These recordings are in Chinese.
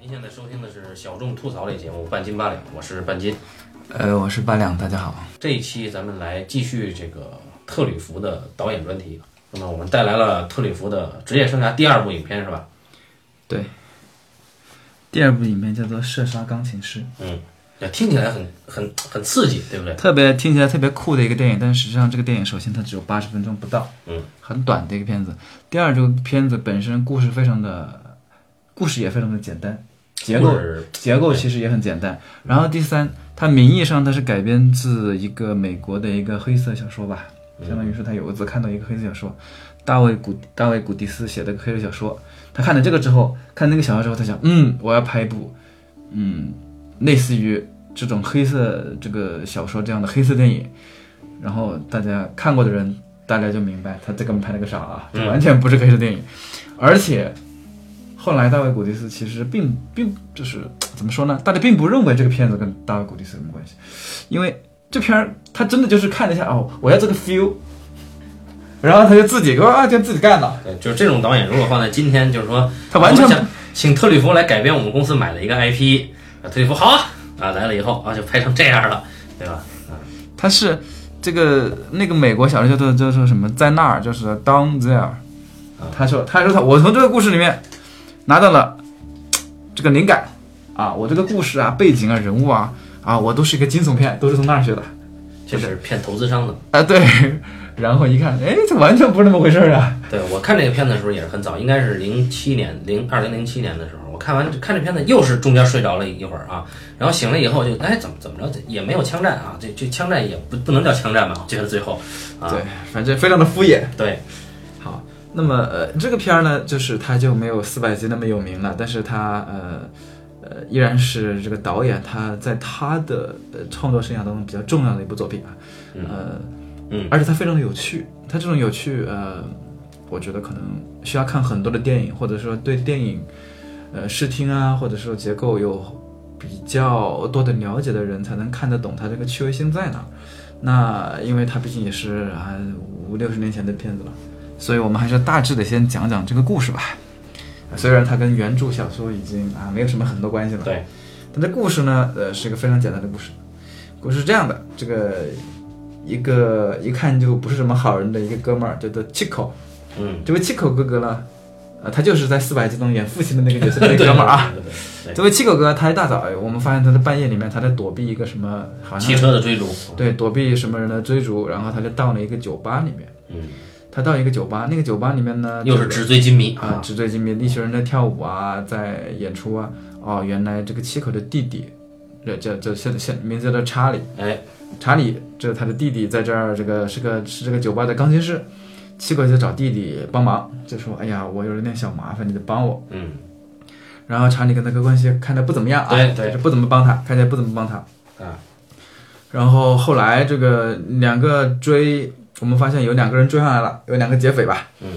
您现在收听的是小众吐槽类节目《半斤八两》，我是半斤。呃，我是八两，大家好。这一期咱们来继续这个特吕弗的导演专题。那么我们带来了特吕弗的职业生涯第二部影片是吧？对，第二部影片叫做《射杀钢琴师嗯，也听起来很很很刺激，对不对》，？特别听起来特别酷的一个电影，但实际上这个电影首先它只有八十分钟不到，嗯，很短的一个片子。第二，这个片子本身故事非常的，故事也非常的简单，结或构者结构其实也很简单。然后第三，它名义上它是改编自一个美国的一个黑色小说吧，相当于说他有一次看到一个黑色小说，大卫古大卫古迪斯写的黑色小说，他看了这个之后，看那个小说之后，他想，嗯，我要拍一部，嗯，类似于这种黑色这个小说这样的黑色电影，然后大家看过的人，大家就明白他这个拍了个啥啊，这嗯完全不是黑色电影，而且。后来，大卫·古迪斯其实并并就是怎么说呢？大家并不认为这个片子跟大卫·古迪斯有什么关系，因为这片儿他真的就是看了一下哦，我要这个 feel，然后他就自己给我啊，就自己干了，对，呃就是这种导演，如果放在今天，就是说他完全我们想请特吕弗来改编我们公司买了一个 IP，啊，特吕弗好啊，啊来了以后啊就拍成这样了，对吧？他是这个那个美国小说叫做叫做什么，在那儿就是 down there，他说他说他我从这个故事里面拿到了这个灵感啊，我这个故事啊背景啊人物啊啊我都是一个惊悚片，都是从那儿学的这是骗投资商的。啊对，然后一看哎这完全不是那么回事儿啊，对我看这个片子的时候也是很早，应该是零七年零二零零七年的时候，我看完看这片子又是中间睡着了一会儿啊，然后醒了以后就哎怎么怎么着也没有枪战啊，这这枪战也不不能叫枪战吧，这是最后啊对，反正非常的敷衍。对好，那么呃，这个片儿呢，就是它就没有四百集那么有名了，但是它呃呃，依然是这个导演他在他的呃创作生涯当中比较重要的一部作品啊，呃，嗯而且它非常的有趣，它这种有趣呃，我觉得可能需要看很多的电影，或者说对电影呃视听啊，或者说结构有。比较多的了解的人才能看得懂它这个趣味性在哪儿。那因为它毕竟也是啊五六十年前的片子了，所以我们还是大致的先讲讲这个故事吧。虽然它跟原著小说已经啊没有什么很多关系了，对，但这故事呢，呃，是一个非常简单的故事。故事是这样的，这个一个一看就不是什么好人的一个哥们儿叫做 Chico，嗯，这位 Chico 哥哥呢，呃，他就是在四百集中演父亲的那个角色的那对个哥们儿啊。，对对 对对这位 Chico 哥他一大早，哎我们发现他在半夜里面他在躲避一个什么，好像汽车的追逐，对躲避什么人的追逐，然后他就到了一个酒吧里面。嗯，他到一个酒吧，那个酒吧里面呢，又是纸醉金迷啊，纸醉金迷，一群人在跳舞啊，在演出啊。哦，原来这个七口的弟弟，这这这现现名字叫做查理，哎，查理这是他的弟弟在这儿，这个是个是这个酒吧的钢琴师。七口就找弟弟帮忙，就说：“哎呀，我有点小麻烦，你得帮我。嗯，”然后查理跟他哥关系看着不怎么样啊，对对就不怎么帮他，看起来不怎么帮他。啊，然后后来这个两个追，我们发现有两个人追上来了，有两个劫匪吧。嗯，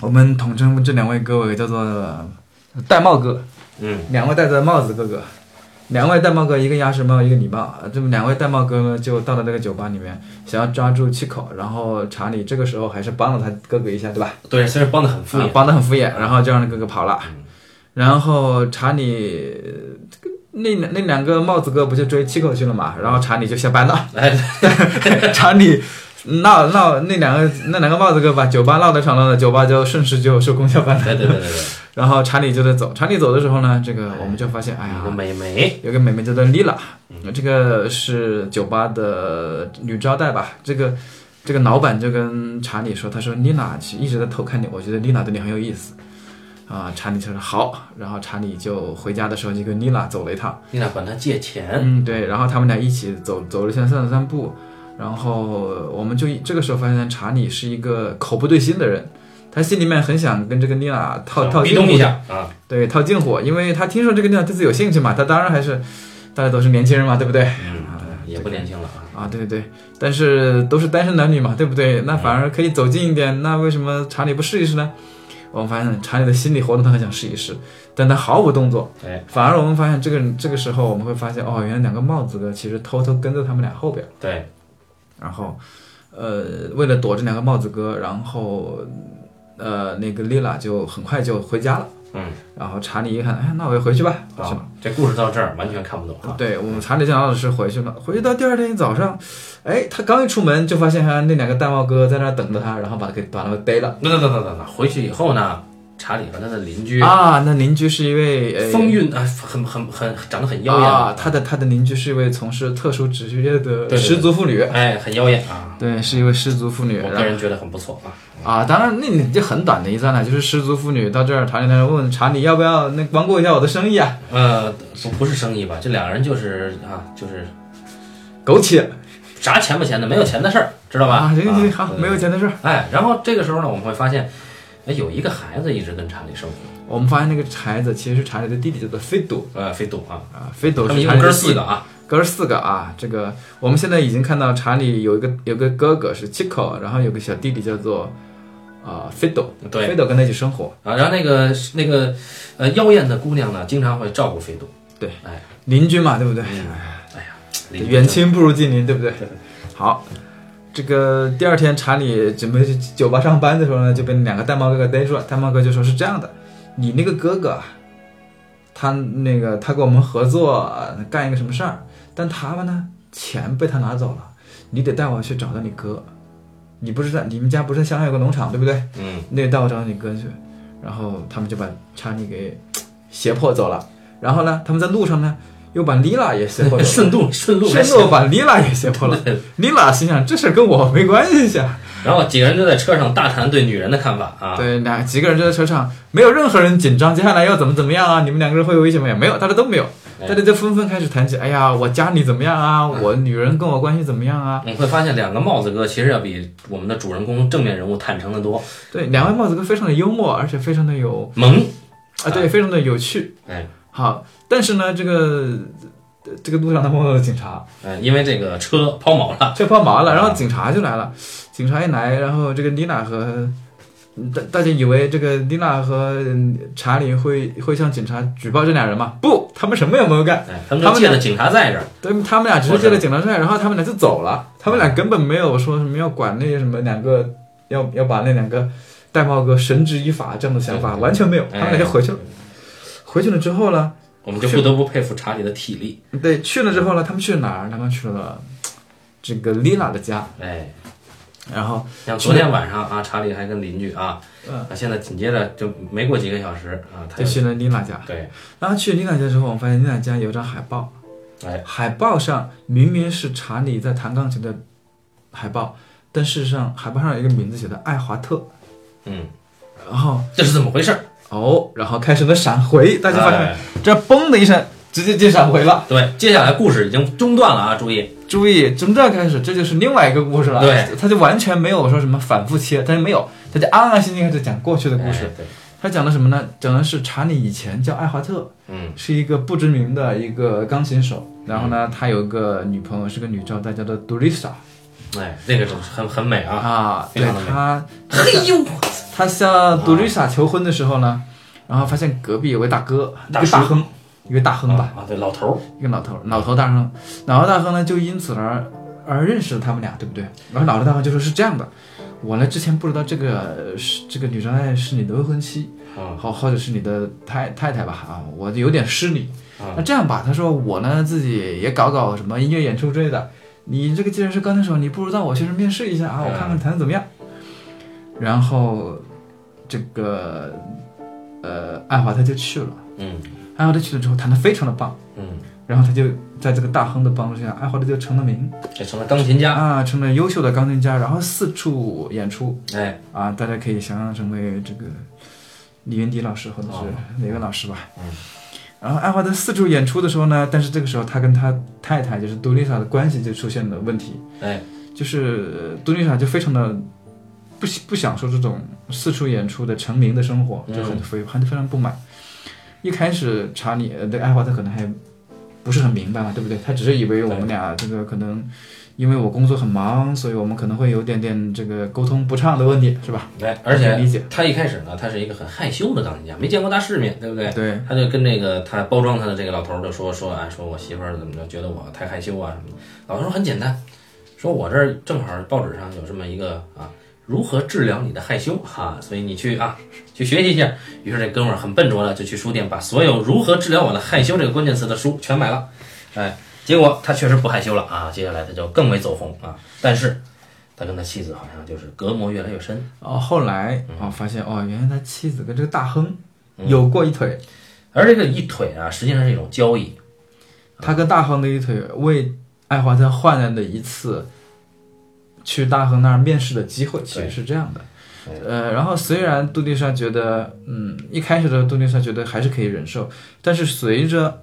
我们统称这两位哥为叫做呃戴帽哥，嗯，两位戴着帽子哥哥，两位戴帽哥，一个鸭舌帽，一个礼帽。这么两位戴帽哥呢，就到了那个酒吧里面，想要抓住七口。然后查理这个时候还是帮了他哥哥一下，对吧？对，虽然帮的很敷啊衍，帮得很敷衍，然后就让那哥哥跑了。然后查理这个那那两个帽子哥不就追七口去了嘛？然后查理就下班了。 哎，查理闹闹那两个那两个帽子哥把酒吧闹得吵闹的，酒吧就顺势就收工下班了。对对对对对，然后查理就在走，查理走的时候呢，这个我们就发现，哎呀有个，美眉，有个妹妹叫做丽拉，这个是酒吧的女招待吧？这个这个老板就跟查理说，他说丽娜其实一直在偷看你，我觉得丽娜对你很有意思。啊，查理就说好，然后查理就回家的时候就跟丽娜走了一趟。你俩管他借钱，嗯，对，然后他们俩一起走走了先散了散步，然后我们就这个时候发现查理是一个口不对心的人，他心里面很想跟这个妮娜套套壁近咚乎一，下啊，对，套近乎，因为他听说这个妮娜对自己有兴趣嘛，他当然还是大家都是年轻人嘛，对不对？嗯，也不年轻了啊。啊，对对对，但是都是单身男女嘛，对不对？那反而可以走近一点，那为什么查理不试一试呢？我们发现查理的心理活动，他很想试一试，但他毫无动作。哎，反而我们发现这个这个时候，我们会发现哦，原来两个帽子哥其实偷偷跟在他们俩后边，对，然后，呃，为了躲这两个帽子哥，然后嗯呃，那个丽拉就很快就回家了。嗯，然后查理一看，哎，那我也回去吧，回去吧。啊，这故事到这儿完全看不懂啊。对我们查理教老师回去了，回去到第二天早上，哎，他刚一出门就发现还那两个戴帽哥在那儿等着他，然后把他给把他们逮了。那那那那那那，回去以后呢，查理和他的邻居啊，那邻居是一位、呃、风韵啊，很很很长得很妖艳啊，他的他的邻居是一位从事特殊职业对的对失足妇女，哎，很妖艳啊。对，是一位失足妇女。我然个后人觉得很不错啊。啊，当然那你就很短的一站了，就是失足妇女到这儿，查理在那儿问查理要不要那光顾一下我的生意啊，呃，不不是生意吧？这两个人就是啊，就是苟且啥钱不钱的，没有钱的事儿，知道吧？啊，行行行，啊好，没有。钱的事儿。哎，然后这个时候呢，我们会发现，哎，有一个孩子一直跟查理生活，我们发现那个孩子其实是查理的弟弟，叫做菲朵呃，菲杜啊，啊，菲他朵们是一查共理哥的儿弟四弟个啊，哥儿四个啊，这个我们现在已经看到查理有一个有个哥哥是 Chico，然后有个小弟弟叫做啊 Fido，对，Fido 跟他一起生活。啊，然后那个那个呃妖艳的姑娘呢，经常会照顾菲杜，对，哎，邻居嘛，对不对？哎呀，远亲不如近邻，对不对？好，这个第二天查理准备去酒吧上班的时候呢，就被两个戴帽哥给逮住了。戴帽哥就说是这样的，你那个哥哥啊，他那个他跟我们合作呃干一个什么事儿，但他们呢钱被他拿走了，你得带我去找到你哥。你不是在你们家不是在乡下有个农场对不对？嗯，那得带我找你哥去。然后他们就把查理给胁迫走了。然后呢，他们在路上呢又把丽拉也胁迫走 了。顺路顺路来顺路把丽拉也胁迫了。丽拉心想，这事儿跟我没关系啊。然后几个人就在车上大谈对女人的看法啊，对，俩几个人就在车上，没有任何人紧张，接下来要怎么怎么样啊？你们两个人会有危险没有？没有，大家都没有，哎大家就纷纷开始谈起，哎呀，我家里怎么样啊？我女人跟我关系怎么样啊？你会发现两个帽子哥其实要比我们的主人公正面人物坦诚的多，对，两位帽子哥非常的幽默，而且非常的有萌，啊，对，非常的有趣。哎，好，但是呢，这个呃这个路上他碰到了警察，嗯，因为这个车抛锚了，啊这抛锚啊了，然后警察就来了。警察一来，然后这个妮娜和大大家以为这个妮娜和查理会会向警察举报这俩人嘛？不，他们什么也没有干，哎，他们就借着警察在这儿，对，他们俩只是借了警察证，然后他们俩就走了。他们俩根本没有说什么要管那什么两个，要要把那两个戴帽哥绳之以法这样的想法对完全没有，哎他们俩就回去了。回去了之后呢，我们就不得不佩服查理的体力，对，去了之后呢，他们去了哪儿？他们去了这个丽娜的家，哎，然后像昨天晚上啊，查理还跟邻居啊，嗯啊，现在紧接着就没过几个小时啊，他就去了丽娜家。对，然后去丽娜家之后，我们发现丽娜家有一张海报，哎，海报上明明是查理在弹钢琴的海报，但事实上海报上有一个名字写的爱华特，嗯，然后这是怎么回事？哦，然后开始了闪回，大家发现哎这嘣的一声，直接进闪回了。对，接下来故事已经中断了啊，注意，注意，从这儿开始，这就是另外一个故事了。对，他就完全没有说什么反复切，他就没有，他就安安心心开始讲过去的故事哎。对，他讲的什么呢？讲的是查理以前叫爱华特，嗯，是一个不知名的一个钢琴手。然后呢，他有一个女朋友是个女招待，叫做杜丽莎哎，那个真是很很美啊，啊。非对常的美他，嘿呦，他向杜丽莎求婚的时候呢，然后发现隔壁有位大哥，大一个大叔亨，一个大亨吧，啊，对，老头儿，一个老头，老头大亨，老头大亨呢就因此而而认识了他们俩，对不对？然后老头大亨就说是这样的。我呢，之前不知道这个是这个女招待是你的未婚妻，嗯啊或或者是你的太太太吧啊，我有点失礼，那嗯，这样吧，他说我呢自己也搞搞什么音乐演出之类的。你这个既然是钢琴手，你不如到我学生面试一下啊，嗯我看看弹的怎么样。然后这个呃，爱华他就去了。嗯爱华他去了之后弹得非常的棒，嗯，然后他就在这个大亨的帮助下，爱华他就成了名这成了钢琴家，啊，成了优秀的钢琴家，然后四处演出哎，啊。大家可以想象成为这个李云迪老师或者哦是哪个老师吧。嗯然后爱华德四处演出的时候呢，但是这个时候他跟他太太就是杜丽莎的关系就出现了问题，哎，就是呃杜丽莎就非常的不喜不享受这种四处演出的成名的生活，嗯就很非很非常不满。一开始查理呃对爱华德可能还不是很明白嘛，对不对？他只是以为我们俩这个可能因为我工作很忙，所以我们可能会有点点这个沟通不畅的问题，是吧？哎，而且理解他一开始呢，他是一个很害羞的钢琴家，没见过大世面，对不对？对，他就跟那个他包装他的这个老头儿就说说哎，说我媳妇儿怎么着，觉得我太害羞啊什么的。老头儿说很简单，说我这儿正好报纸上有这么一个啊，如何治疗你的害羞啊，所以你去啊去学习一下。于是这哥们儿很笨拙的就去书店把所有如何治疗我的害羞这个关键词的书全买了，哎，结果他确实不害羞了啊，接下来他就更为走红啊，但是。他跟他妻子好像就是隔膜越来越深，哦，后来哦发现哦，原来他妻子跟这个大亨有过一腿，而这个一腿啊，实际上是一种交易，他跟大亨的一腿为爱华生换来的一次去大亨那儿面试的机会，其实是这样的。呃，然后虽然杜丽莎觉得，嗯，一开始的杜丽莎觉得还是可以忍受，但是随着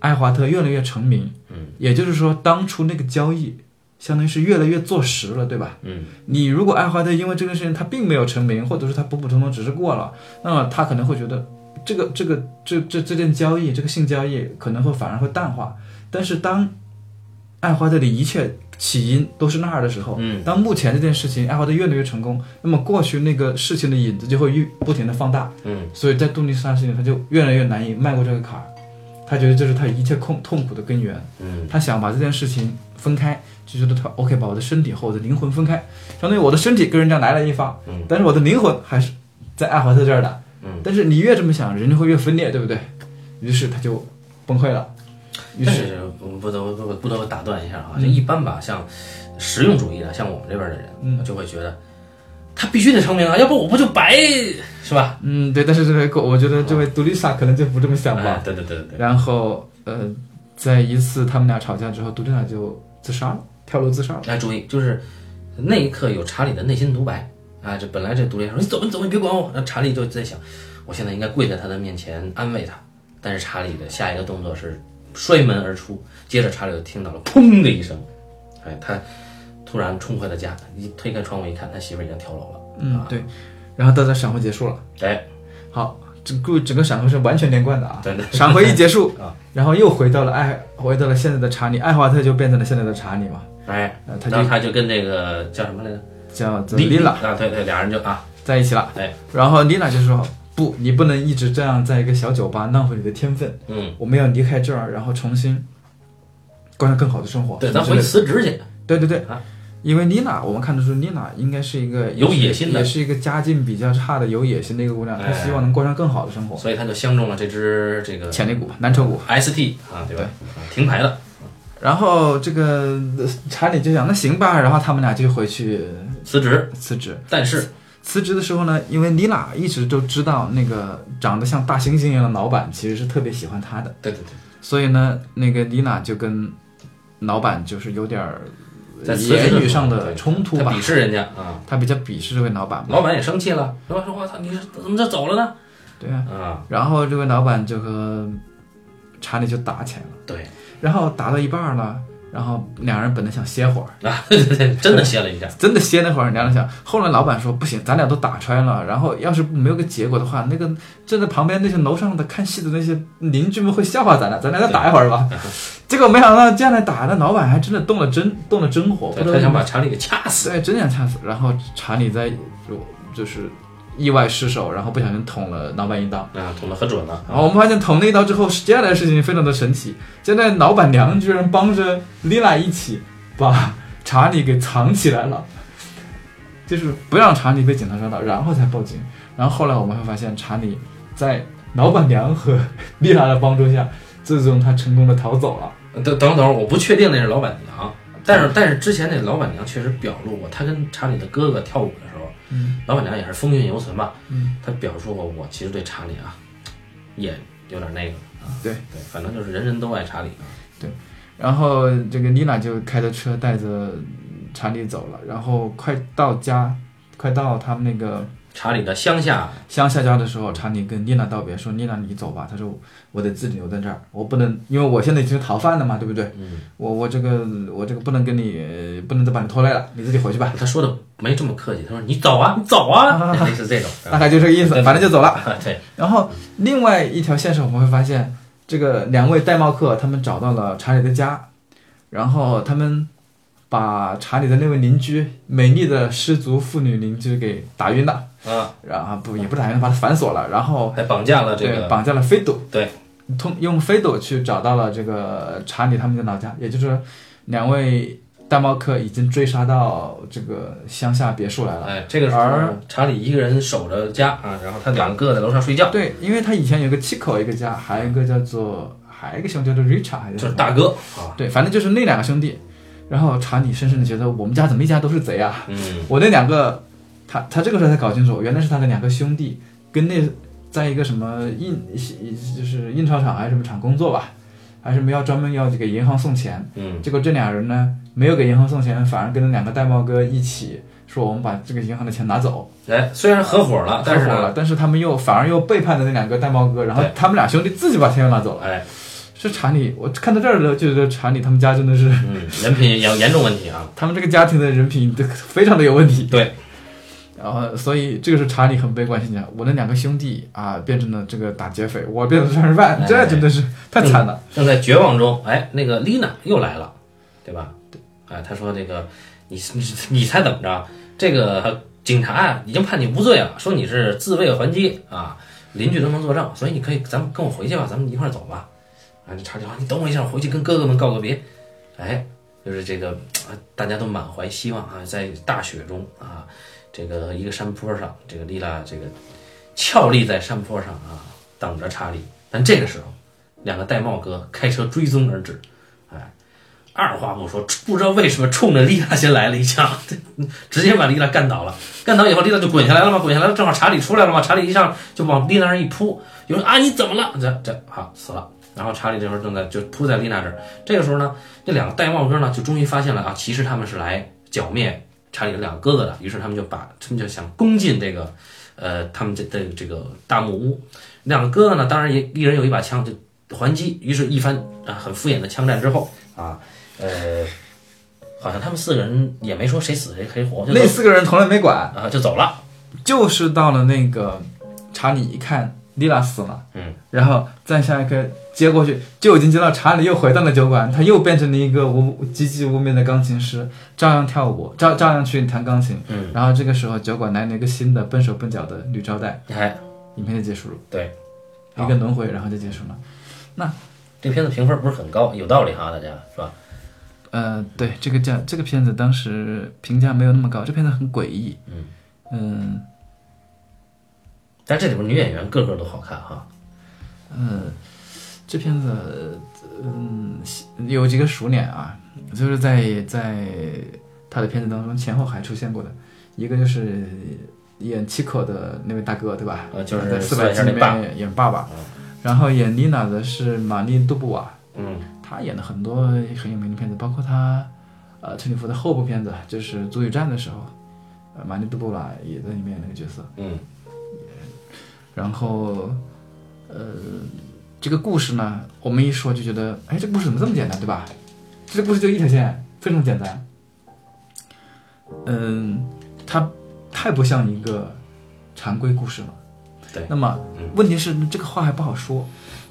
爱华特越来越成名，嗯，也就是说，当初那个交易相当于是越来越坐实了，对吧？嗯，你如果爱华特因为这件事情他并没有成名，或者是他普普通通只是过了，那么他可能会觉得这个这个这这这件交易，这个性交易可能会反而会淡化。但是当爱华特的一切起因都是那儿的时候，嗯，当目前这件事情爱华特越来越成功，那么过去那个事情的影子就会越不停的放大，嗯，所以在杜丽莎身上他就越来越难以迈过这个坎儿，他觉得这是他一切痛痛苦的根源。嗯，他想把这件事情分开，就觉得他 OK，把我的身体和我的灵魂分开，相当于我的身体跟人家来了一发，嗯但是我的灵魂还是在爱华特这儿的，嗯但是你越这么想，人就会越分裂，对不对？于是他就崩溃了，于但是是我不得不不得不打断一下啊，就一般吧，像实用主义的，像我们这边的人，嗯就会觉得他必须得成名啊，要不我不就白是吧？嗯，对，但是这位狗，我觉得这位杜丽莎可能就不这么想哎吧。对对对对对，然后呃，在一次他们俩吵架之后，杜丽莎就自杀了，跳楼自杀了。哎，注意，就是那一刻有查理的内心独白啊，这本来这独立说你走吧你走吧，你别管我，那查理就在想，我现在应该跪在他的面前安慰他，但是查理的下一个动作是摔门而出，接着查理就听到了砰的一声，哎，他突然冲回了家，一推开窗户一看，他媳妇儿已经跳楼了，嗯啊，，对。然后到这闪回结束了。哎，好，整个整个闪回是完全连贯的啊。对对闪回一结束 啊，然后又回到了爱，回到了现在的查理，爱华特就变成了现在的查理嘛，哎，呃他就然后他就跟那个叫什么来着，叫做丽娜啊，对对，俩人就啊，在一起了。哎，然后丽娜就说：“不，你不能一直这样在一个小酒吧浪费你的天分，嗯，我们要离开这儿，然后重新过上更好的生活。”对，咱回去辞职去，对对对啊，因为妮娜，我们看得出妮娜应该是一个有野心的也是一个家境比较差的有野心的一个姑娘，她哎希望能过上更好的生活。所以他就相中了这只这个潜力股、蓝筹股。 ST 啊，对吧？啊停牌的。然后这个呃查理就想，那行吧，然后他们俩就回去辞职，辞职。但是辞职的时候呢，因为妮娜一直都知道那个长得像大猩猩一样的老板其实是特别喜欢她的，对对对，所以呢，那个妮娜就跟老板就是有点儿在辞职的时候言语上的冲突他吧鄙，视人家啊，她比较鄙视这位老板嘛。老板也生气了，老板说：“我操，你是怎么就走了呢对啊，？”啊， 然后这位老板就和查理就打起来了，对然后打到一半儿了，然后两人本来想歇会儿。啊，对对对，真的歇了一下，真的歇那会儿，聊了想，后来老板说不行，咱俩都打穿了，然后要是没有个结果的话，那个站在旁边那些楼上的看戏的那些邻居们会笑话咱俩，咱俩再打一会 儿吧。结果没想到这样来打，那老板还真的动了真动了真火，不对知道他想把查理给掐死。对真想掐死。然后查理在就就是意外失手，然后不小心捅了老板一刀。啊，捅得很准了。然后我们发现捅那一刀之后，接下来的事情非常的神奇。现在老板娘居然帮着丽娜一起把查理给藏起来了，就是不让查理被警察抓到，然后才报警。然后后来我们会发现，查理在老板娘和丽娜的帮助下，最终他成功的逃走了。等等等会儿，我不确定那是老板娘，但是但是之前那老板娘确实表露过，她跟查理的哥哥跳舞的时候，嗯老板娘也是风韵犹存吧，嗯，她表述过我其实对查理啊也有点那个啊，对对，反正就是人人都爱查理啊。然后这个妮娜就开着车带着查理走了。然后快到家，快到他们那个查理的乡下，乡下家的时候，查理跟妮娜道别，说：“妮娜，你走吧。”他说：“我得自己留在这儿，我不能，因为我现在已经是逃犯了嘛，对不对？嗯，我我这个我这个不能跟你，呃不能再把你拖累了，你自己回去吧。他说的没这么客气，他说你走啊，你走啊， 类似这种。”大概就这个意思对，对反正就走了。啊，对，然后另外一条线索我们会发现，这个两位戴帽客他们找到了查理的家，然后他们把查理的那位邻居美丽的失足妇女邻居给打晕了，啊，然后不也不是打晕，把她反锁了，然后还绑架了这对个，绑架了飞斗，对，通用飞斗去找到了这个查理他们的老家，也就是两位大镖客已经追杀到这个乡下别墅来了。哎，这个时候而查理一个人守着家啊，然后他两个在楼上睡觉，对，因为他以前有个七口一个家，还有一个叫做还有一个兄弟叫做 Richard 还是就什是么大哥啊，对，反正就是那两个兄弟。然后查理深深的觉得我们家怎么一家都是贼啊！嗯，我那两个，他他这个时候才搞清楚，原来是他的两个兄弟跟那在一个什么印就是印钞厂还是什么厂工作吧，还是没有专门要给银行送钱。嗯，结果这俩人呢，没有给银行送钱，反而跟那两个戴帽哥一起说我们把这个银行的钱拿走，哎，虽然合伙了，但是合伙呢，了，但是他们又反而又背叛了那两个戴帽哥，然后对他们俩兄弟自己把钱又拿走了。哎，这查理，我看到这儿了，就觉得查理他们家真的是，嗯，人品有严重问题啊，他们这个家庭的人品都非常的有问题。对，然后所以这个是查理很悲观心想，我的两个兄弟啊变成了这个打劫匪，我变成了杀人犯，哎这真的是太惨了。正在绝望中，哎，那个丽娜又来了，对吧？对，哎，他说这个你你你猜怎么着？这个警察已经判你无罪了，说你是自卫还击啊，邻居都能作证，所以你可以咱们跟我回去吧，咱们一块儿走吧。啊，这查理说你等我一下，我回去跟哥哥们告个别。哎，就是这个，啊大家都满怀希望啊，在大雪中啊，这个一个山坡上，这个丽娜这个俏立在山坡上啊，等着查理。但这个时候。两个戴帽哥开车追踪而至，哎，二话不说，不知道为什么冲着丽娜先来了一枪， 直接把丽娜干倒了。干倒以后，丽娜就滚下来了嘛，滚下来了，正好查理出来了嘛，查理一上就往丽娜那儿一扑，有人啊你怎么了？这这好死了。然后查理这会儿正在就扑在丽娜这儿，这个时候呢，这两个戴帽哥呢就终于发现了啊，其实他们是来剿灭查理的两个哥哥的，于是他们就把他们就想攻进这个，呃，他们这这这个大木屋。两个哥哥呢，当然也一人有一把枪，就还击，于是，一番啊很敷衍的枪战之后啊，呃，好像他们四个人也没说谁死谁谁活，就走那四个人从来没管，啊就走了。就是到了那个查理一看丽拉死了，嗯，然后再下一个接过去，就已经接到查理又回到了酒馆，他又变成了一个无籍籍无名的钢琴师，照样跳舞，照照样去弹钢琴。嗯，然后这个时候酒馆来了一个新的笨手笨脚的女招待，哎，影片就结束了，对，哦一个轮回，然后就结束了。这片子评分不是很高，有道理哈，大家是吧？呃，对，这个价这个片子当时评价没有那么高，这片子很诡异。嗯嗯但这里边女演员个个都好看哈。嗯，这片子嗯有几个熟脸啊，就是在在他的片子当中前后还出现过的，一个就是演七口的那位大哥，对吧？呃就是在四四百百下集里那爸面演爸爸，然后演妮娜的是玛丽杜布瓦，嗯她演了很多很有名的片子，包括她呃陈立夫的后部片子，就是《足与战》的时候，呃玛丽杜布瓦也在里面那个角色。嗯然后，呃，这个故事呢，我们一说就觉得，哎，这故事怎么这么简单，对吧？这故事就一条线，非常简单。嗯，它太不像一个常规故事了。对那么嗯问题是，这个话还不好说。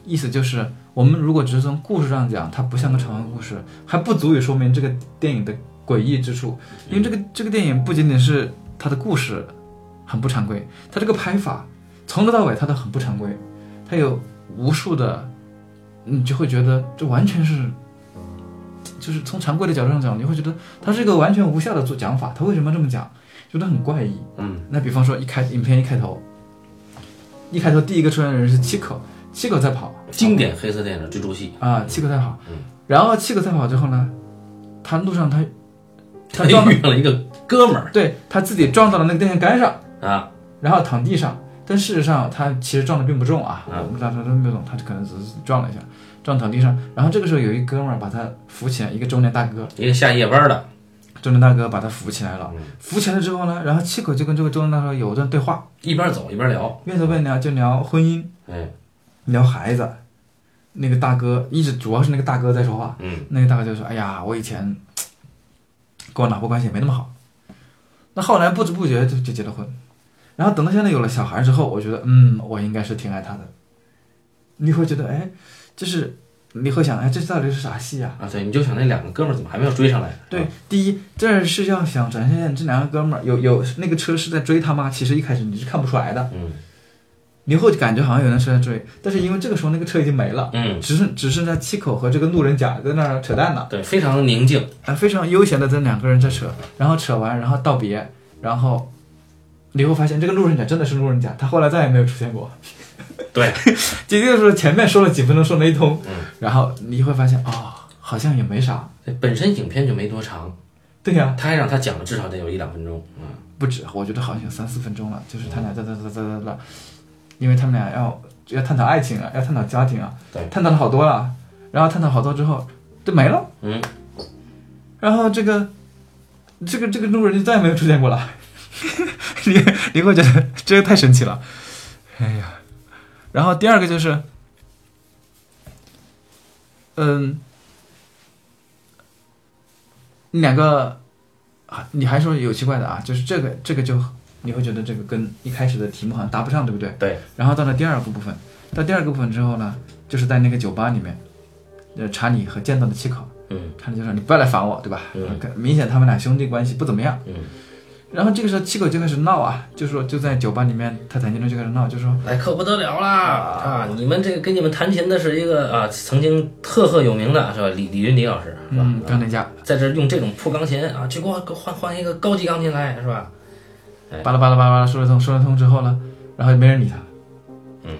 意思就是，我们如果只是从故事上讲，它不像个常规故事，还不足以说明这个电影的诡异之处。因为这个这个电影不仅仅是它的故事很不常规，它这个拍法从头到尾它都很不常规，它有无数的，你就会觉得这完全是，就是从常规的角度上讲，你会觉得它是一个完全无效的做讲法，它为什么要这么讲，觉得很怪异。嗯那比方说一开影片一开头，一开头第一个出现的人是七口，七口在跑，经典黑色电影的追逐戏，啊，七口在跑嗯，然后七口在跑之后呢，他路上他他他撞 了遇上了一个哥们儿对他自己撞到了那个电线杆上。啊，然后躺地上。但事实上，他其实撞的并不重啊，嗯我们大家都没有懂，他可能只是撞了一下，撞躺地上。然后这个时候有一哥们儿把他扶起来，一个中年大哥，一个下夜班的，中年大哥把他扶起来了嗯。扶起来之后呢，然后七口就跟这个中年大哥有一段对话，一边走一边聊。面对面聊就聊婚姻，哎，聊孩子。那个大哥一直主要是那个大哥在说话，嗯那个大哥就说：“哎呀，我以前跟我老婆关系也没那么好。”那后来不知不觉就就结了婚，然后等到现在有了小孩之后，我觉得，嗯，我应该是挺爱他的。你会觉得，哎，就是你会想，哎，这到底是啥戏啊？啊，对，你就想那两个哥们儿怎么还没有追上来？啊对，第一，这是要想展现这两个哥们儿有有那个车是在追他吗？其实一开始你是看不出来的。嗯你会感觉好像有辆车在追，但是因为这个时候那个车已经没了，嗯，只剩只剩下七口和这个路人甲在那儿扯淡呢。对，非常宁静，啊，非常悠闲的这两个人在扯，然后扯完，然后道别，然后你会发现这个路人甲真的是路人甲，他后来再也没有出现过。 对，姐姐说前面说了几分钟说了一通，嗯然后你会发现哦，好像也没啥。对本身影片就没多长，对呀、他还让他讲了至少得有一两分钟，嗯，不止，我觉得好像有三四分钟了，就是他俩哒哒哒哒哒哒，因为他们俩要要探讨爱情啊，要探讨家庭啊，对，探讨了好多了，然后探讨好多之后就没了，嗯，然后这个这个这个路人就再也没有出现过了。 你你会觉得这个太神奇了，哎呀。然后第二个就是，嗯，两个啊，你还说有奇怪的啊，就是这个这个就你会觉得这个跟一开始的题目好像搭不上，对不对？对，然后到了第二个部分，到第二个部分之后呢，就是在那个酒吧里面，呃，查理和见到的七口，嗯查理就说你不要来烦我，对吧？嗯很明显他们俩兄弟关系不怎么样。嗯，然后这个时候七口就开始闹啊，就说就在酒吧里面，他谭金龙就开始闹，就说哎，可不得了啦！啊，你们这个给你们弹琴的是一个啊，曾经赫赫有名的是吧？李李云迪老师是吧？嗯，啊钢铁侠在这儿用这种破钢琴啊，去给我给我换换一个高级钢琴来是吧？哎巴拉巴拉巴拉巴拉说了通，说了通之后呢，然后也没人理他。嗯，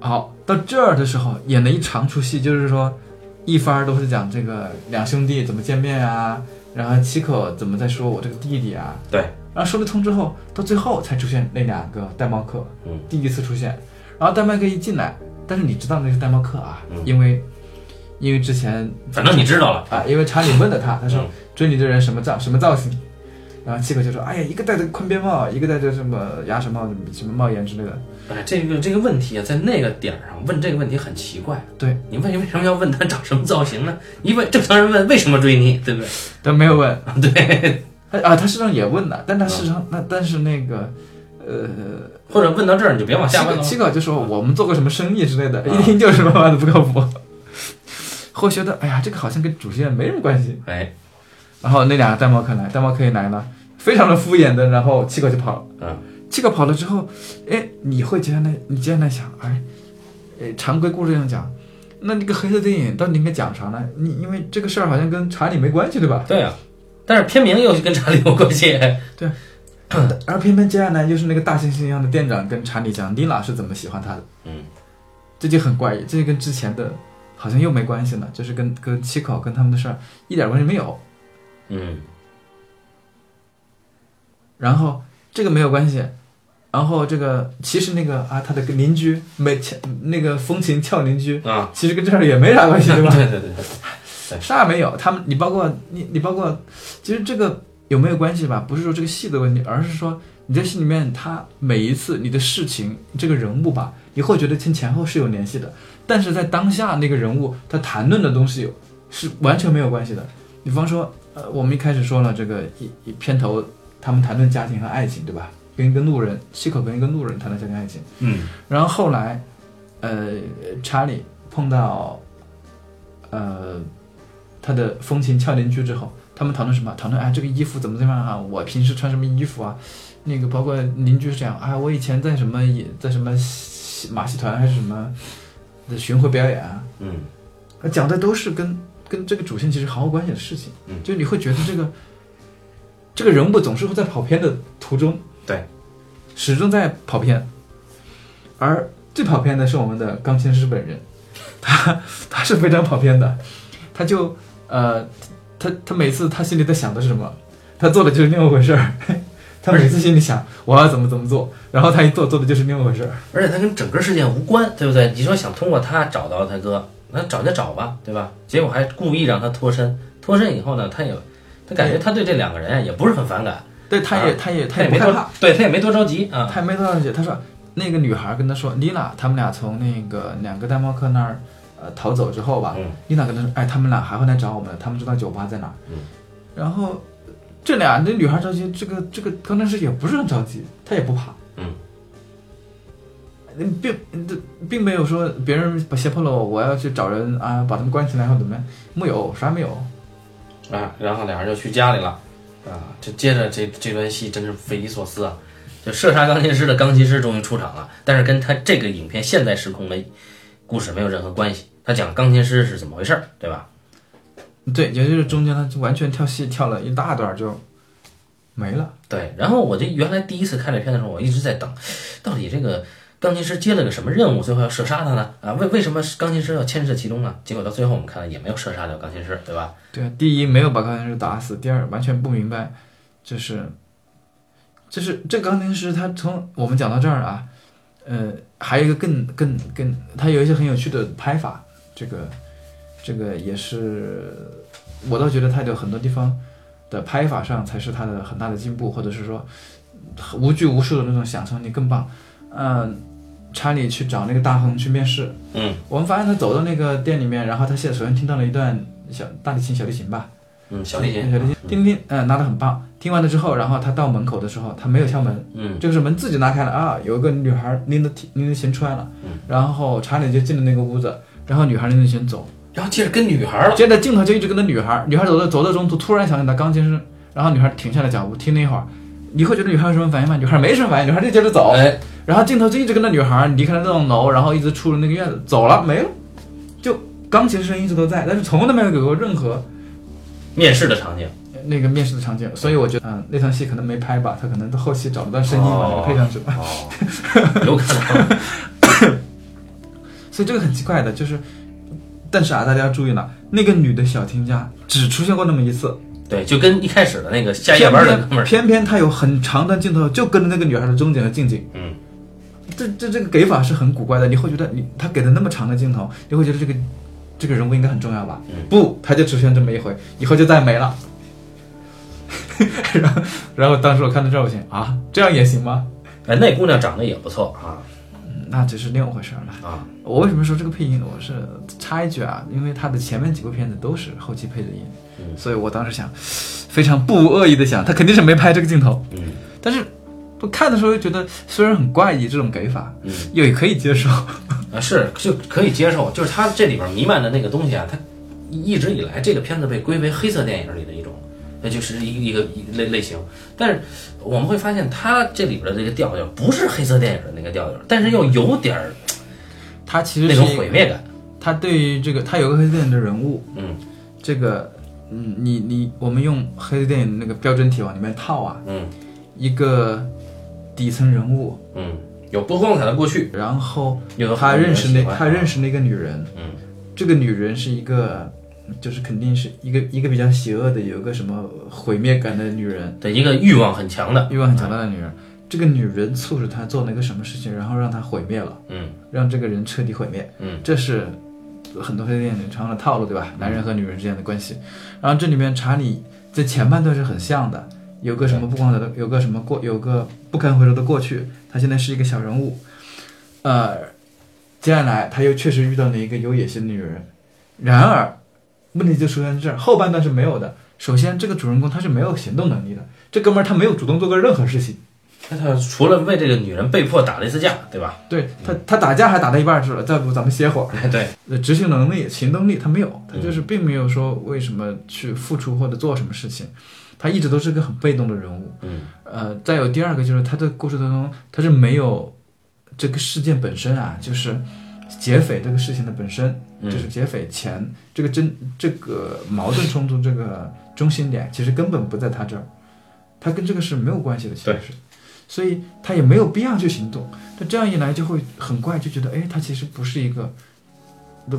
好，到这儿的时候演了一长出戏，就是说一番儿都是讲这个两兄弟怎么见面啊，然后七口怎么在说我这个弟弟啊。对。然后说得通之后，到最后才出现那两个戴帽客，嗯，第一次出现。然后戴帽客一进来，但是你知道那是戴帽客啊，嗯因为因为之前反正你知道了，啊，因为查理问了他，他说嗯追你的人什么造什么造型，然后七口就说，哎呀，一个戴着宽边帽，一个戴着什么鸭舌帽什么帽檐之类的，哎，这个这个问题啊，在那个点儿上问这个问题很奇怪。对，你问为什么要问他长什么造型呢？一问正常人问为什么追你，对不对？但没有问， 对，嗯他啊，他事实上也问了，但他事实上那但是那个呃，或者问到这儿你就别往下七问口了。七口就说我们做过什么生意之类的，啊一听就是妈妈的不靠谱。后觉得，哎呀，这个好像跟主线没什么关系。哎，然后那两个戴帽客来，戴帽客一来呢，非常的敷衍的，然后七口就跑了。嗯，这个跑了之后，哎，你会接下来，你接下来想，哎，哎，常规故事上讲，那这个黑色电影到底应该讲啥呢？你因为这个事儿好像跟查理没关系，对吧？对啊，但是片名又跟查理有关系。而偏偏接下来又是那个大猩猩一样的店长跟查理讲丽娜是怎么喜欢他的，嗯，这就很怪异，这就跟之前的好像又没关系了，就是跟跟七口跟他们的事儿一点关系没有。嗯然后这个没有关系，然后这个其实那个啊，他的邻居没那个风情俏邻居，啊，其实跟这儿也没啥关系，对吧？对对对，啥也没有。他们，你包括你，你包括，其实这个有没有关系吧？不是说这个戏的问题，而是说你在戏里面，他每一次你的事情，这个人物吧，你会觉得前前后是有联系的，但是在当下那个人物他谈论的东西有是完全没有关系的。比方说，呃，我们一开始说了这个一一片头，他们谈论家庭和爱情，对吧？跟一个路人，西口跟一个路人谈论家庭爱情。嗯然后后来，呃，查理碰到，呃，他的风情俏邻居之后，他们讨论什么？讨论哎，这个衣服怎么怎么样啊？我平时穿什么衣服啊？那个包括邻居是这样，哎，我以前在什么也在什么戏马戏团还是什么的巡回表演啊，嗯讲的都是跟跟这个主线其实毫无关系的事情，嗯就你会觉得这个这个人物总是会在跑偏的途中，对，始终在跑偏，而最跑偏的是我们的钢琴师本人，他他是非常跑偏的，他就呃他他每次他心里在想的是什么，他做的就是另外一回事儿。 他每次心里想我要怎么怎么做，然后他一做做的就是另外一回事儿。而且他跟整个事件无关，对不对？你说想通过他找到他哥，那找就找吧，对吧？结果还故意让他脱身，脱身以后呢，他也他感觉他对这两个人啊也不是很反感，对，他也、啊他也他也也不没害怕多，对他也没多着急啊。他也没多少解，他说那个女孩跟他说，丽娜他们俩从那个两个戴帽客那儿呃逃走之后吧，嗯丽娜跟他说，哎，他们俩还会来找我们的，他们知道酒吧在哪儿。嗯然后这俩那女孩着急，这个这个刚开始也不是很着急，她也不怕，嗯嗯，并这并没有说别人把胁迫了我，我要去找人啊，把他们关起来或怎么样，没有，啥也没有。啊，然后俩人就去家里了。啊，这接着这这段戏真是匪夷所思啊！就射杀钢琴师的钢琴师终于出场了，但是跟他这个影片现代时空的故事没有任何关系。他讲钢琴师是怎么回事儿，对吧？对，也就是中间他就完全跳戏跳了一大段就没了。对。然后我就原来第一次看这片的时候，我一直在等，到底这个钢琴师接了个什么任务，最后要射杀他呢？啊，为为什么钢琴师要牵涉其中呢？结果到最后我们看了也没有射杀掉钢琴师，对吧？对啊，第一没有把钢琴师打死，第二完全不明白，就是，就是这钢琴师他从我们讲到这儿啊，呃，还有一个更更更，他有一些很有趣的拍法，这个这个也是我倒觉得他有很多地方的拍法上才是他的很大的进步，或者是说无拘无束的那种想象力更棒。嗯、查理去找那个大亨去面试，嗯我们发现他走到那个店里面，然后他现在首先听到了一段小大提琴、小提琴吧，嗯，小提琴，小提琴，叮叮，嗯，拿的很棒。听完了之后，然后他到门口的时候，他没有敲门，嗯这个是门自己拉开了啊，有一个女孩拎着提拎着琴出来了，嗯然后查理就进了那个屋子，然后女孩拎着琴走，然后接着跟女孩儿了，接着镜头就一直跟着女孩，女孩走到走到中途突然想起来钢琴声，然后女孩停下了脚步，听了一会儿，你会觉得女孩有什么反应吗？女孩没什么反应，女孩就接着走，哎，然后镜头就一直跟着女孩离开了那栋楼，然后一直出了那个院子，走了没了，就钢琴声一直都在，但是从来没有给过任何面试的场景，那个面试的场景，所以我觉得，嗯，那场戏可能没拍吧，他可能后期找了段声音把那个配上去了，哦，有可能，所以这个很奇怪的，就是，但是啊，大家要注意了，那个女的小听家只出现过那么一次，对，就跟一开始的那个下夜班的哥们儿，偏偏她有很长段镜头就跟着那个女孩的中景和近景，嗯，这这这个给法是很古怪的，你会觉得你他给的那么长的镜头，你会觉得这个这个人物应该很重要吧？嗯不，他就出现这么一回，以后就再没了。 然后然后当时我看到这儿，我想啊，这样也行吗？哎，那姑娘长得也不错啊嗯那只是另一回事儿了。啊，我为什么说这个配音？我是插一句啊，因为他的前面几部片子都是后期配的音，嗯所以我当时想，非常不无恶意的想，他肯定是没拍这个镜头，嗯但是我看的时候又觉得虽然很怪异这种给法，嗯，也可以接受。啊是就可以接受，就是它这里边弥漫的那个东西啊，它一直以来这个片子被归为黑色电影里的一种，那就是一个一个类类型。但是我们会发现，它这里边的这个调调不是黑色电影的那个调调，但是又有点儿他其实那是种一个毁灭感。他对于这个，他有个黑色电影的人物，嗯这个，嗯，你你我们用黑色电影那个标准体往里面套啊，嗯一个底层人物，嗯，有不光彩的过去，然后有的他认识那他认识，识那个女人，嗯这个女人是一个，就是肯定是一个一个比较邪恶的，有一个什么毁灭感的女人，的一个欲望很强的，欲望很强大的女人，这个女人促使他做了一个什么事情，然后让他毁灭了，嗯让这个人彻底毁灭。嗯。这是很多黑电影常用的套路，对吧？男人和女人之间的关系。然后这里面查理在前半段是很像的，有个什么不光彩的，有个什么过，有个不堪回首的过去。他现在是一个小人物，呃，接下来他又确实遇到了一个有野心的女人。然而，问题就出现在这儿，后半段是没有的。首先，这个主人公他是没有行动能力的，这哥们儿他没有主动做过任何事情。那他除了为这个女人被迫打了一次架，对吧？ 对他，他打架还打到一半儿去了，再不咱们歇会儿。对，呃，执行能力、行动力他没有，他就是并没有说为什么去付出或者做什么事情，他一直都是个很被动的人物。嗯呃，再有第二个就是他的故事当中，他是没有这个事件本身啊，就是劫匪这个事情的本身，嗯就是劫匪前这个争这个矛盾冲突这个中心点，其实根本不在他这儿，他跟这个是没有关系的，其实对是，所以他也没有必要去行动。那这样一来就会很怪，就觉得哎，他其实不是一个。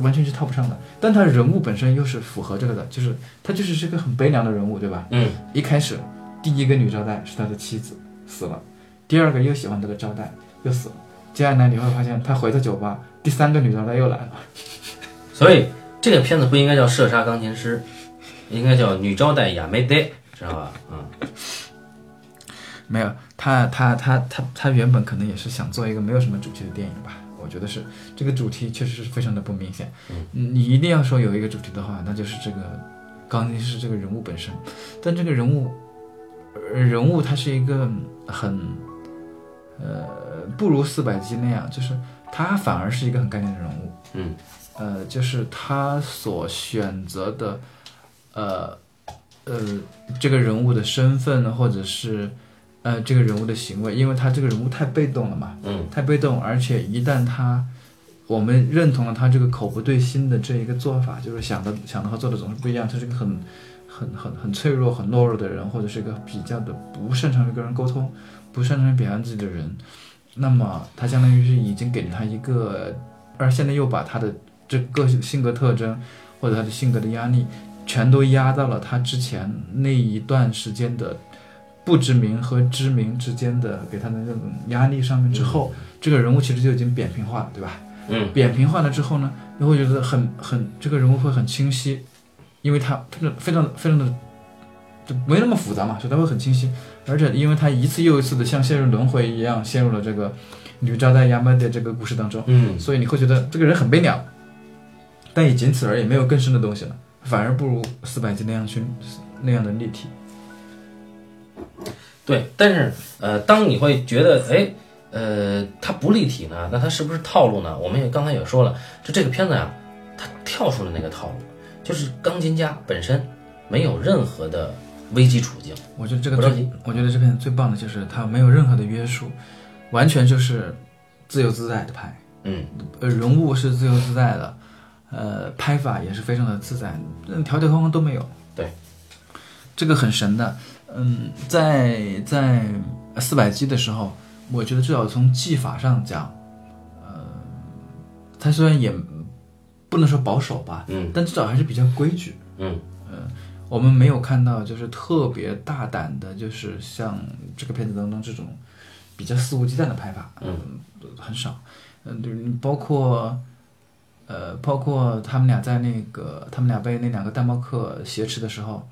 完全是套不上的，但他人物本身又是符合这个的，就是他就是是个很悲凉的人物，对吧？嗯一开始，第一个女招待是他的妻子死了，第二个又喜欢他的招待又死了，接下来你会发现他回到酒吧，第三个女招待又来了，所以这个片子不应该叫《射杀钢琴师》，应该叫《女招待亚梅爹》，知道吧？啊、没有，他他他他他原本可能也是想做一个没有什么主题的电影吧，我觉得是这个主题确实是非常的不明显，你一定要说有一个主题的话，那就是这个钢琴师这个人物本身，但这个人物，呃人物他是一个很，呃，不如四百集那样，就是他反而是一个很概念的人物，嗯，呃，就是他所选择的，呃，呃，这个人物的身份或者是呃这个人物的行为，因为他这个人物太被动了嘛，嗯太被动，而且一旦他我们认同了他这个口不对心的这一个做法，就是想的想的和做的总是不一样，他是个很很很很脆弱、很懦弱的人，或者是一个比较的不擅长于跟人沟通、不擅长于表现自己的人，那么他相当于是已经给了他一个，而现在又把他的这个性性格特征或者他的性格的压力，全都压到了他之前那一段时间的不知名和知名之间的给他的那种压力上面之后，这个人物其实就已经扁平化了，对吧？嗯扁平化了之后呢，你会觉得很很这个人物会很清晰，因为他非常非常非常的就没那么复杂嘛，所以他会很清晰。而且因为他一次又一次的像陷入轮回一样陷入了这个女招待亚麻的这个故事当中，嗯所以你会觉得这个人很悲凉，但也仅此而已，没有更深的东西了，反而不如四百集那样去那样的立体。对，但是呃，当你会觉得，哎，呃，它不立体呢，那它是不是套路呢？我们也刚才也说了，就这个片子啊，它跳出了那个套路，就是钢琴家本身没有任何的危机处境。我觉得这个不最着急，我觉得这片最棒的就是它没有任何的约束，完全就是自由自在的拍。嗯呃，人物是自由自在的，呃，拍法也是非常的自在，嗯，条条框框都没有。对，这个很神的。嗯，在在四百集的时候，我觉得至少从技法上讲，呃，它虽然也不能说保守吧，嗯但至少还是比较规矩。嗯我们没有看到就是特别大胆的，就是像这个片子当中这种比较肆无忌惮的拍法，嗯嗯，很少。嗯，就是包括呃，包括他们俩在那个呃他们俩被那两个蛋包客挟持的时候，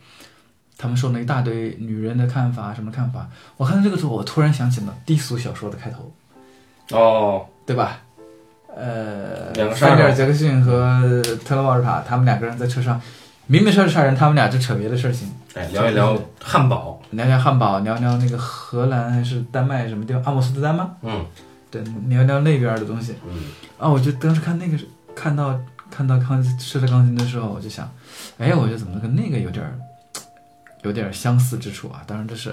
他们说了一大堆女人的看法，什么看法。我看到这个时候，我突然想起了低俗小说的开头，哦，对吧？呃，两个杀手范德尔·杰克逊和特拉沃尔塔，他们两个人在车上，明明说是杀人，他们俩就扯别的事情。哎，聊一聊汉堡。聊聊汉堡，聊聊那个荷兰还是丹麦什么地方，阿姆斯特丹吗？嗯对，聊聊那边的东西。嗯啊，我就当时看那个，看到看到钢试着钢琴的时候，我就想，哎，我觉得怎么跟那个有点儿，有点儿相似之处啊。当然这是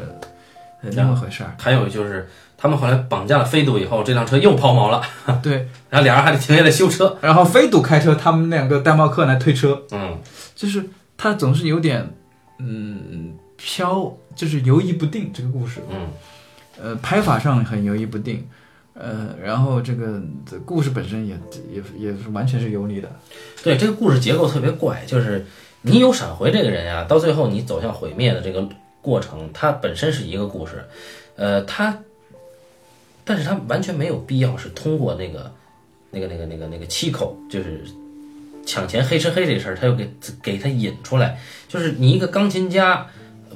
呃另外回事儿。还有就是，他们后来绑架了飞度以后，这辆车又抛锚了，对， 然后俩人还得停下来修车。然后飞度开车，他们两个丹麦客来推车，嗯就是他总是有点，嗯，飘，就是游移不定这个故事。嗯，呃，拍法上很游移不定，呃，然后这个这故事本身也也也是完全是游离的。对，这个故事结构特别怪，就是你有闪回这个人呀、到最后你走向毁灭的这个过程，它本身是一个故事，呃，它，但是它完全没有必要是通过那个那个那个那个那个七口，就是抢钱黑吃黑这事儿，他又给给他引出来，就是你一个钢琴家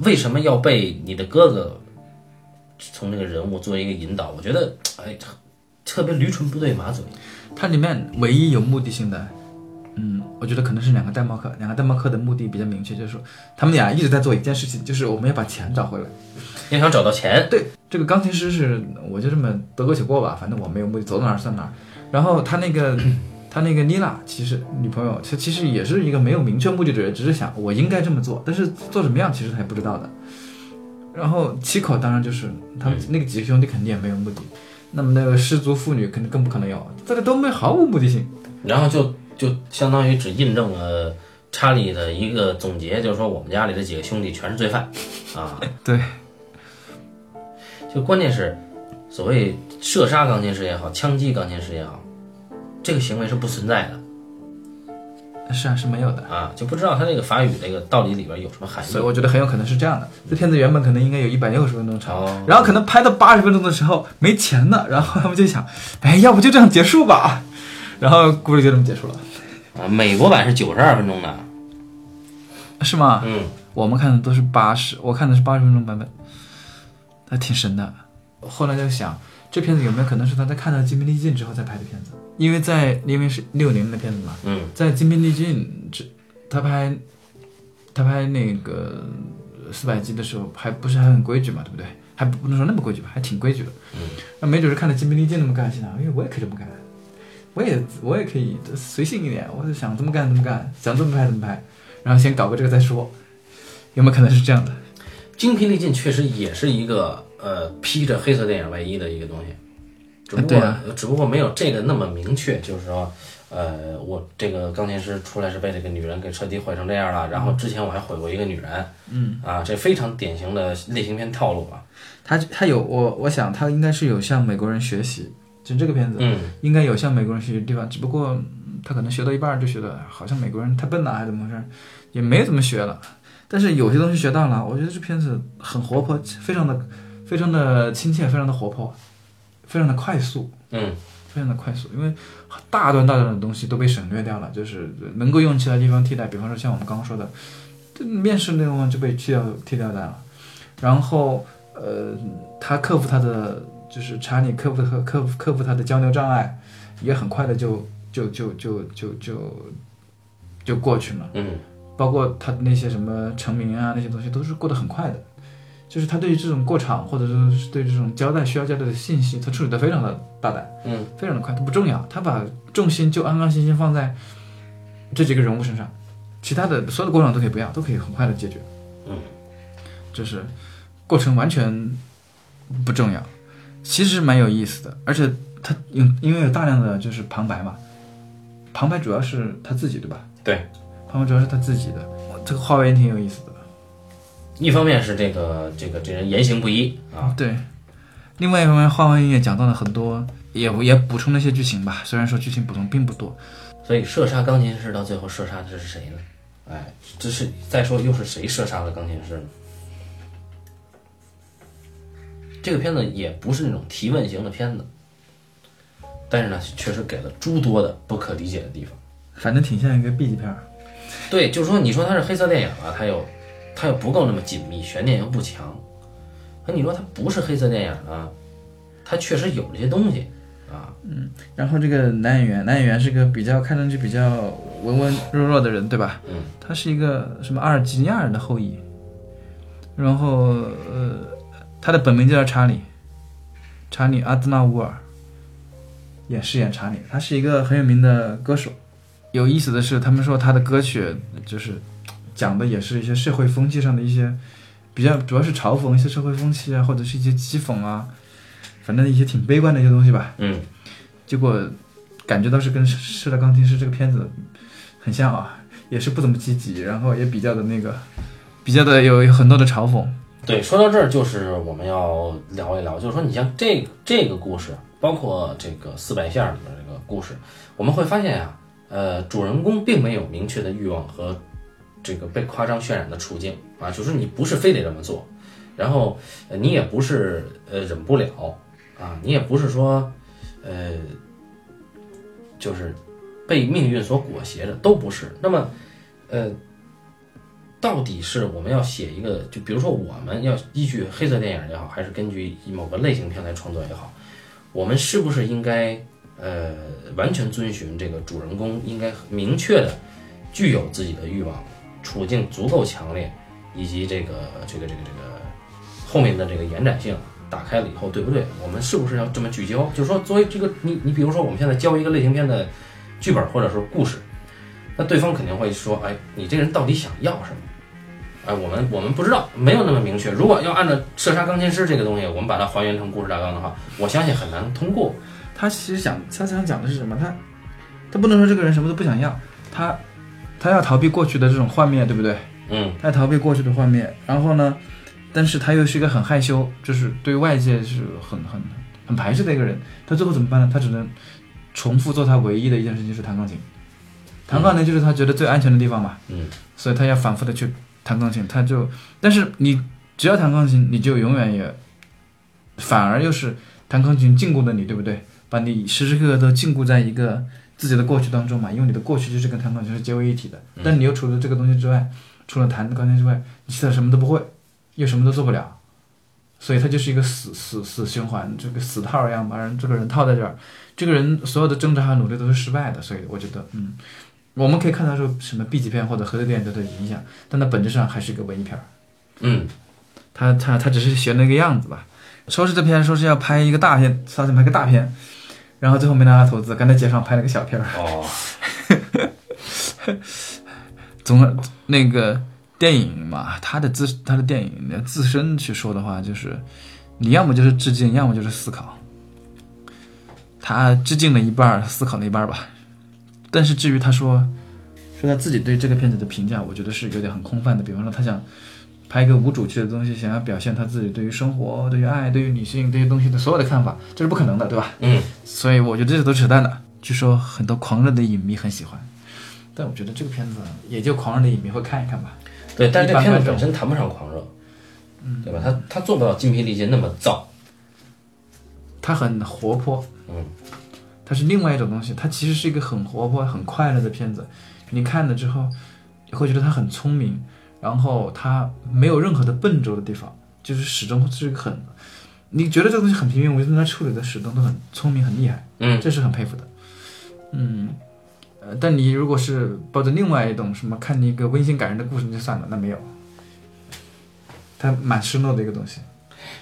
为什么要被你的哥哥从这个人物做一个引导？我觉得哎，特别驴唇不对马嘴。它里面唯一有目的性的，嗯，我觉得可能是两个戴帽客，两个戴帽客的目的比较明确，就是说他们俩一直在做一件事情，就是我们要把钱找回来。要想找到钱，对，这个钢琴师是我就这么得过且过吧，反正我没有目的，走到哪儿算哪儿。然后他那个他那个妮娜，其实女朋友，其其实也是一个没有明确目的的人，只是想我应该这么做，但是做什么样其实他也不知道的。然后七口当然就是他们那个几个兄弟肯定也没有目的，那么那个失足妇女肯定更不可能有，这个都没毫无目的性。然后就就相当于只印证了查理的一个总结，就是说我们家里这几个兄弟全是罪犯啊。 对，就关键是所谓射杀钢琴师也好，枪击钢琴师也好，这个行为是不存在的是啊，是没有的。啊，就不知道他这个法语这个到底里边有什么含义所以。我觉得很有可能是这样的，这片子原本可能应该有一百六十分钟长，哦，然后可能拍到八十分钟的时候没钱了，然后他们就想， 哎，要不就这样结束吧，然后故事就这么结束了，啊，美国版是九十二分钟的，是吗？嗯，我们看的都是八十，我看的是八十分钟版本，还挺神的。后来就想，这片子有没有可能是他在看到《金兵利尽》之后再拍的片子？因为在因为是六零的片子嘛，嗯，在《金兵利尽》之他拍他拍那个四百集的时候，还不是还很规矩嘛，对不对？还不能说那么规矩吧，还挺规矩的。嗯，那没准是看了《金兵利尽》那么干心想，因为我也可以这么干，我也我也可以随性一点，我就想怎么干怎么干，想怎么拍怎么拍，然后先搞个这个再说，有没有可能是这样的？精疲力尽确实也是一个呃披着黑色电影外衣的一个东西，只不啊过、对啊只不过没有这个那么明确，就是说。呃，我这个钢琴师出来是被这个女人给彻底毁成这样了。然后之前我还毁过一个女人，嗯，啊，这非常典型的类型片套路啊。他他有我我想他应该是有向美国人学习，就这个片子嗯，应该有向美国人学习的地方，只不过嗯他可能学到一半儿就觉得好像美国人太笨了还是怎么回事儿，也没怎么学了。但是有些东西学到了，我觉得这片子很活泼，非常的非常的亲切，非常的活泼，非常的快速。嗯，非常的快速，因为大段大段的东西都被省略掉了，就是能够用其他地方替代，比方说像我们刚刚说的，这面试那个地方就被去掉替代掉了。然后，呃，他克服他的就是查理克服和克服克服他的交流障碍，也很快的就就就就就就就过去了。嗯，包括他那些什么成名啊那些东西，都是过得很快的。就是他对于这种过场，或者说是对这种交代需要交代的信息，他处理得非常的大胆，嗯，非常的快，他不重要，他把重心就安安心心放在这几个人物身上，其他的所有的过场都可以不要，都可以很快的解决，嗯，就是过程完全不重要，其实蛮有意思的，而且他有因为有大量的就是旁白嘛，旁白主要是他自己对吧？对，旁白主要是他自己的，哇这个画面挺有意思的。一方面是这个这个这人言行不一啊，对，另外一方面，画外音也讲到了很多，也也补充了一些剧情吧。虽然说剧情补充并不多，所以射杀钢琴师到最后射杀的是谁呢？哎，这是再说又是谁射杀了钢琴师呢？这个片子也不是那种提问型的片子，但是呢，确实给了诸多的不可理解的地方。反正挺像一个 B 级片儿。对，就是说，你说它是黑色电影啊，它又它又不够那么紧密，悬念又不强。可你说它不是黑色电影呢，它确实有这些东西啊。然后这个男演员，男演员是个比较看上去比较文文弱弱的人，对吧？嗯，他是一个什么阿尔及利亚人的后裔，然后呃，他的本名就叫查理，查理阿兹纳乌尔，也饰演查理。他是一个很有名的歌手。有意思的是，他们说他的歌曲就是讲的也是一些社会风气上的一些比较，主要是嘲讽一些社会风气啊，或者是一些讥讽啊，反正一些挺悲观的一些东西吧。嗯，结果感觉到是跟《射雕钢琴师》这个片子很像啊，也是不怎么积极，然后也比较的那个，比较的有有很多的嘲讽。对，说到这儿，就是我们要聊一聊，就是说，你像这个这个故事，包括这个四百下里面这个故事，我们会发现啊，呃，主人公并没有明确的欲望和这个被夸张渲染的处境啊，就是你不是非得这么做，然后呃你也不是呃忍不了啊，你也不是说呃就是被命运所裹挟着，都不是。那么，呃，到底是我们要写一个，就比如说我们要依据黑色电影也好，还是根据某个类型片来创作也好，我们是不是应该呃完全遵循这个主人公应该明确的具有自己的欲望，处境足够强烈，以及这个这个这个这个后面的这个延展性。打开了以后，对不对？我们是不是要这么聚焦？就是说，作为这个你，你比如说，我们现在教一个类型片的剧本或者说故事，那对方肯定会说：“哎，你这个人到底想要什么？”哎，我们我们不知道，没有那么明确。如果要按照《射杀钢琴师》这个东西，我们把它还原成故事大纲的话，我相信很难通过。他其实想，他想讲的是什么？他他不能说这个人什么都不想要，他他要逃避过去的这种画面，对不 对？嗯他要逃避过去的画面，然后呢，但是他又是一个很害羞，就是对外界是很很很排斥的一个人。他最后怎么办呢？他只能重复做他唯一的一件事情，就是弹钢琴。弹钢琴就是他觉得最安全的地方嘛。嗯所以他要反复的去弹钢琴，他就，但是你只要弹钢琴，你就永远也，反而又是弹钢琴禁锢了你，对不对？把你时时刻刻都禁锢在一个自己的过去当中嘛，因为你的过去就是跟弹钢琴是结为一体的，但你又除了这个东西之外，除了弹钢琴之外，你其他什么都不会，又什么都做不了，所以它就是一个死死死循环，这个死套一样把人这个人套在这儿，这个人所有的挣扎和努力都是失败的，所以我觉得，嗯，我们可以看到说什么 B 级片或者合作电影对它的影响，但它本质上还是一个文艺片儿， 嗯，它它它只是学那个样子吧。说是这片说是要拍一个大片，打算拍个大片，然后最后没拿到投资，赶在街上拍了个小片儿。哦，总那个电影嘛，它的自它的电影你要自身去说的话，就是你要么就是致敬，要么就是思考。他致敬了一半儿，思考了一半儿吧。但是至于他说说他自己对这个片子的评价，我觉得是有点很空泛的。比方说，他想拍一个无主题的东西，想要表现他自己对于生活、对于爱、对于女性这些东西的所有的看法，这是不可能的，对吧？嗯，所以我觉得这些都扯淡的。据说很多狂热的影迷很喜欢，但我觉得这个片子也就狂热的影迷会看一看吧。对，但是这一般嗯片子观众本身谈不上狂热，对吧？他他做不到筋疲力尽那么燥，它很活泼，嗯，它是另外一种东西，它其实是一个很活泼、很快乐的片子。你看了之后，你会觉得它很聪明，然后它没有任何的笨拙的地方，就是始终是一个很，你觉得这个东西很平庸，我觉得它处理的始终都很聪明、很厉害，嗯，这是很佩服的。嗯，呃，但你如果是抱着另外一种什么看一个温馨感人的故事，那就算了，那没有，它蛮失落的一个东西。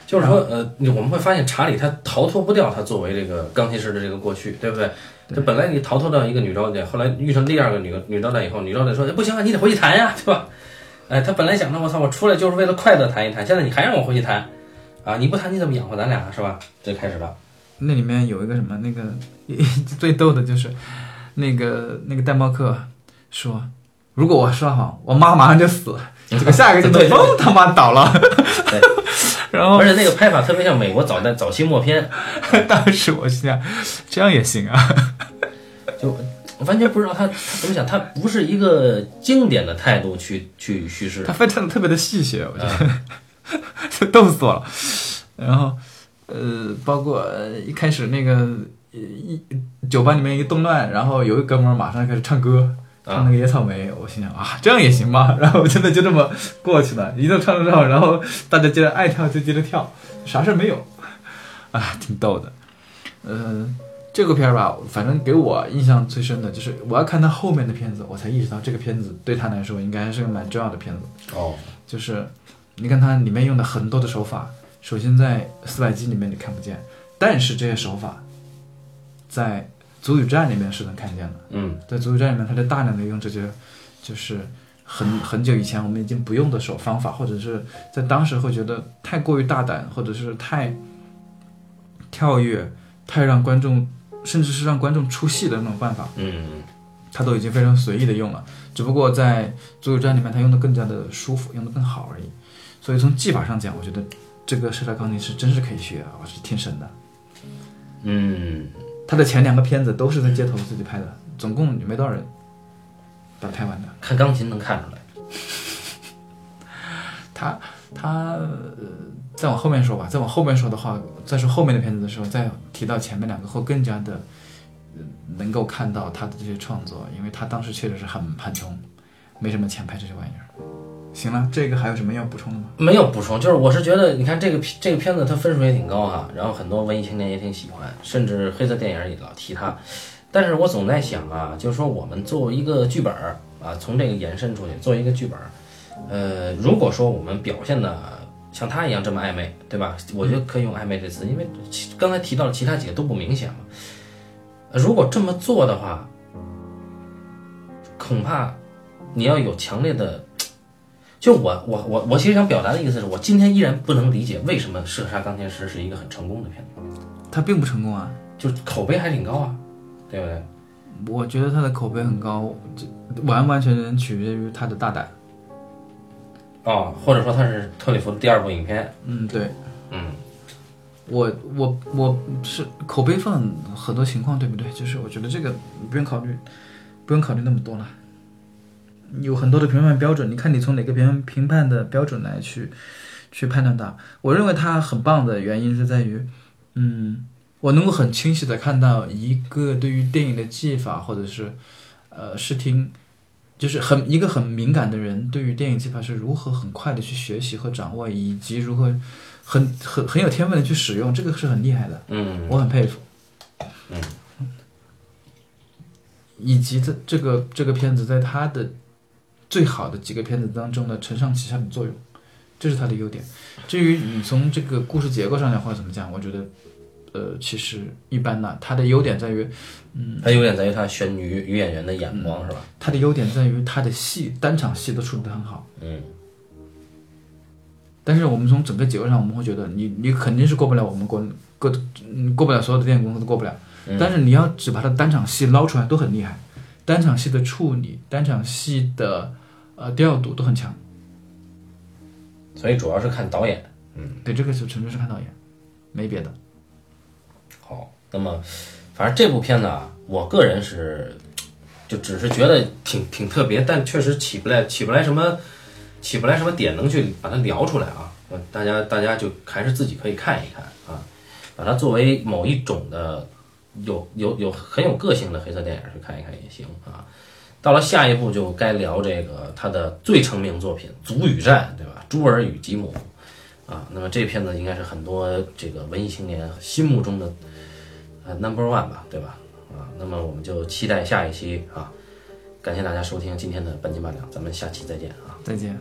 就是说，呃，你我们会发现查理他逃脱不掉他作为这个钢琴师的这个过去，对不对？他本来你逃脱到一个女招待，后来遇上第二个女女招待以后，女招待说、哎、不行啊，你得回去弹呀、对吧？哎，他本来想着我操，我出来就是为了快乐弹一弹，现在你还让我回去弹，啊，你不弹你怎么养活咱俩是吧？这开始了，那里面有一个什么，那个 最逗的就是那个那个戴帽客说，如果我说谎，我妈马上就死了。结果下一个就 对对嘣他妈倒了， 然后而且那个拍法特别像美国早代早期默片，当时我心想，这样也行啊。就完全不知道他他怎么想，他不是一个经典的态度去去叙事他，翻唱的特别的戏谑，我觉得、 逗死我了。然后，呃，包括呃一开始那个一一酒吧里面一动乱，然后有一哥们儿马上开始唱歌，唱那个野草莓，我心想啊，这样也行吗？ 然后真的就这么过去了，一路唱着唱，然后大家接着爱跳就接着跳，啥事儿没有，啊，挺逗的。呃，这个片儿吧，反正给我印象最深的就是我要看他后面的片子，我才意识到这个片子对他来说应该是个蛮重要的片子。哦，就是你看它里面用的很多的手法，首先在四百集里面你看不见，但是这些手法在足语战里面是能看见的。嗯在足球站里面，他就大量的用这些，就是很很久以前我们已经不用的手方法，或者是在当时会觉得太过于大胆，或者是太跳跃，太让观众，甚至是让观众出戏的那种办法，嗯他都已经非常随意的用了。只不过在足球站里面，他用的更加的舒服，用的更好而已。所以从技法上讲，我觉得这个社交钢琴师真是可以学啊，我是挺神的。嗯，他的前两个片子都是在街头自己拍的，总共也没多少人，把它拍完的。看钢琴能看出来，他他呃，再往后面说吧，再往后面说的话，再说后面的片子的时候，再提到前面两个会更加的、呃能够看到他的这些创作，因为他当时确实是很很穷，没什么钱拍这些玩意儿。行了，这个还有什么要补充的吗？没有补充，就是我是觉得，你看这个片这个片子，它分数也挺高哈，然后很多文艺青年也挺喜欢，甚至黑色电影也老提它。但是我总在想啊，就是说我们作为一个剧本儿啊，从这个延伸出去，作为一个剧本儿，呃，如果说我们表现的像他一样这么暧昧，对吧？我觉得可以用暧昧这词，因为其刚才提到了其他几个都不明显嘛。呃如果这么做的话，恐怕你要有强烈的就我我我我其实想表达的意思是我今天依然不能理解为什么《射杀钢琴师》是一个很成功的片子，他并不成功啊，就是口碑还挺高啊，对不对？我觉得他的口碑很高，这完完全全取决于他的大胆。哦，或者说它是特里弗的第二部影片，嗯，对嗯我我我是口碑放很多情况，对不对？就是我觉得这个不用考虑，不用考虑那么多了。有很多的评判标准，你看你从哪个评评判的标准来去去判断它。我认为它很棒的原因是在于，嗯，我能够很清晰的看到一个对于电影的技法或者是呃视听，就是很一个很敏感的人对于电影技法是如何很快的去学习和掌握，以及如何很很很有天分的去使用，这个是很厉害的，嗯我很佩服。嗯，以及这这个这个片子在它的最好的几个片子当中的承上启下的作用，这是它的优点。至于你从这个故事结构上讲或者怎么讲，我觉得呃，其实一般呐、它的优点在于，它优点在于它选女女演员的眼光是吧？它的优点在于它的戏单场戏都处理得很好。嗯，但是我们从整个结构上，我们会觉得你你肯定是过不了我们国过嗯过不了所有的电影公司都过不了。但是你要只把它单场戏捞出来都很厉害，单场戏的处理、单场戏的呃调度都很强。所以主要是看导演。对，这个是纯粹是看导演，没别的。好，那么反正这部片子啊，我个人是就只是觉得挺挺特别，但确实起不来起不来什么起不来什么点能去把它聊出来啊。呃大家大家就还是自己可以看一看啊，把它作为某一种的有有有很有个性的黑色电影去看一看也行啊。到了下一步就该聊这个他的最成名作品《足与战》，对吧？朱尔与吉姆啊，那么这片子应该是很多这个文艺青年心目中的呃 number one 吧，对吧？啊，那么我们就期待下一期啊，感谢大家收听今天的半斤八两，咱们下期再见啊。再见。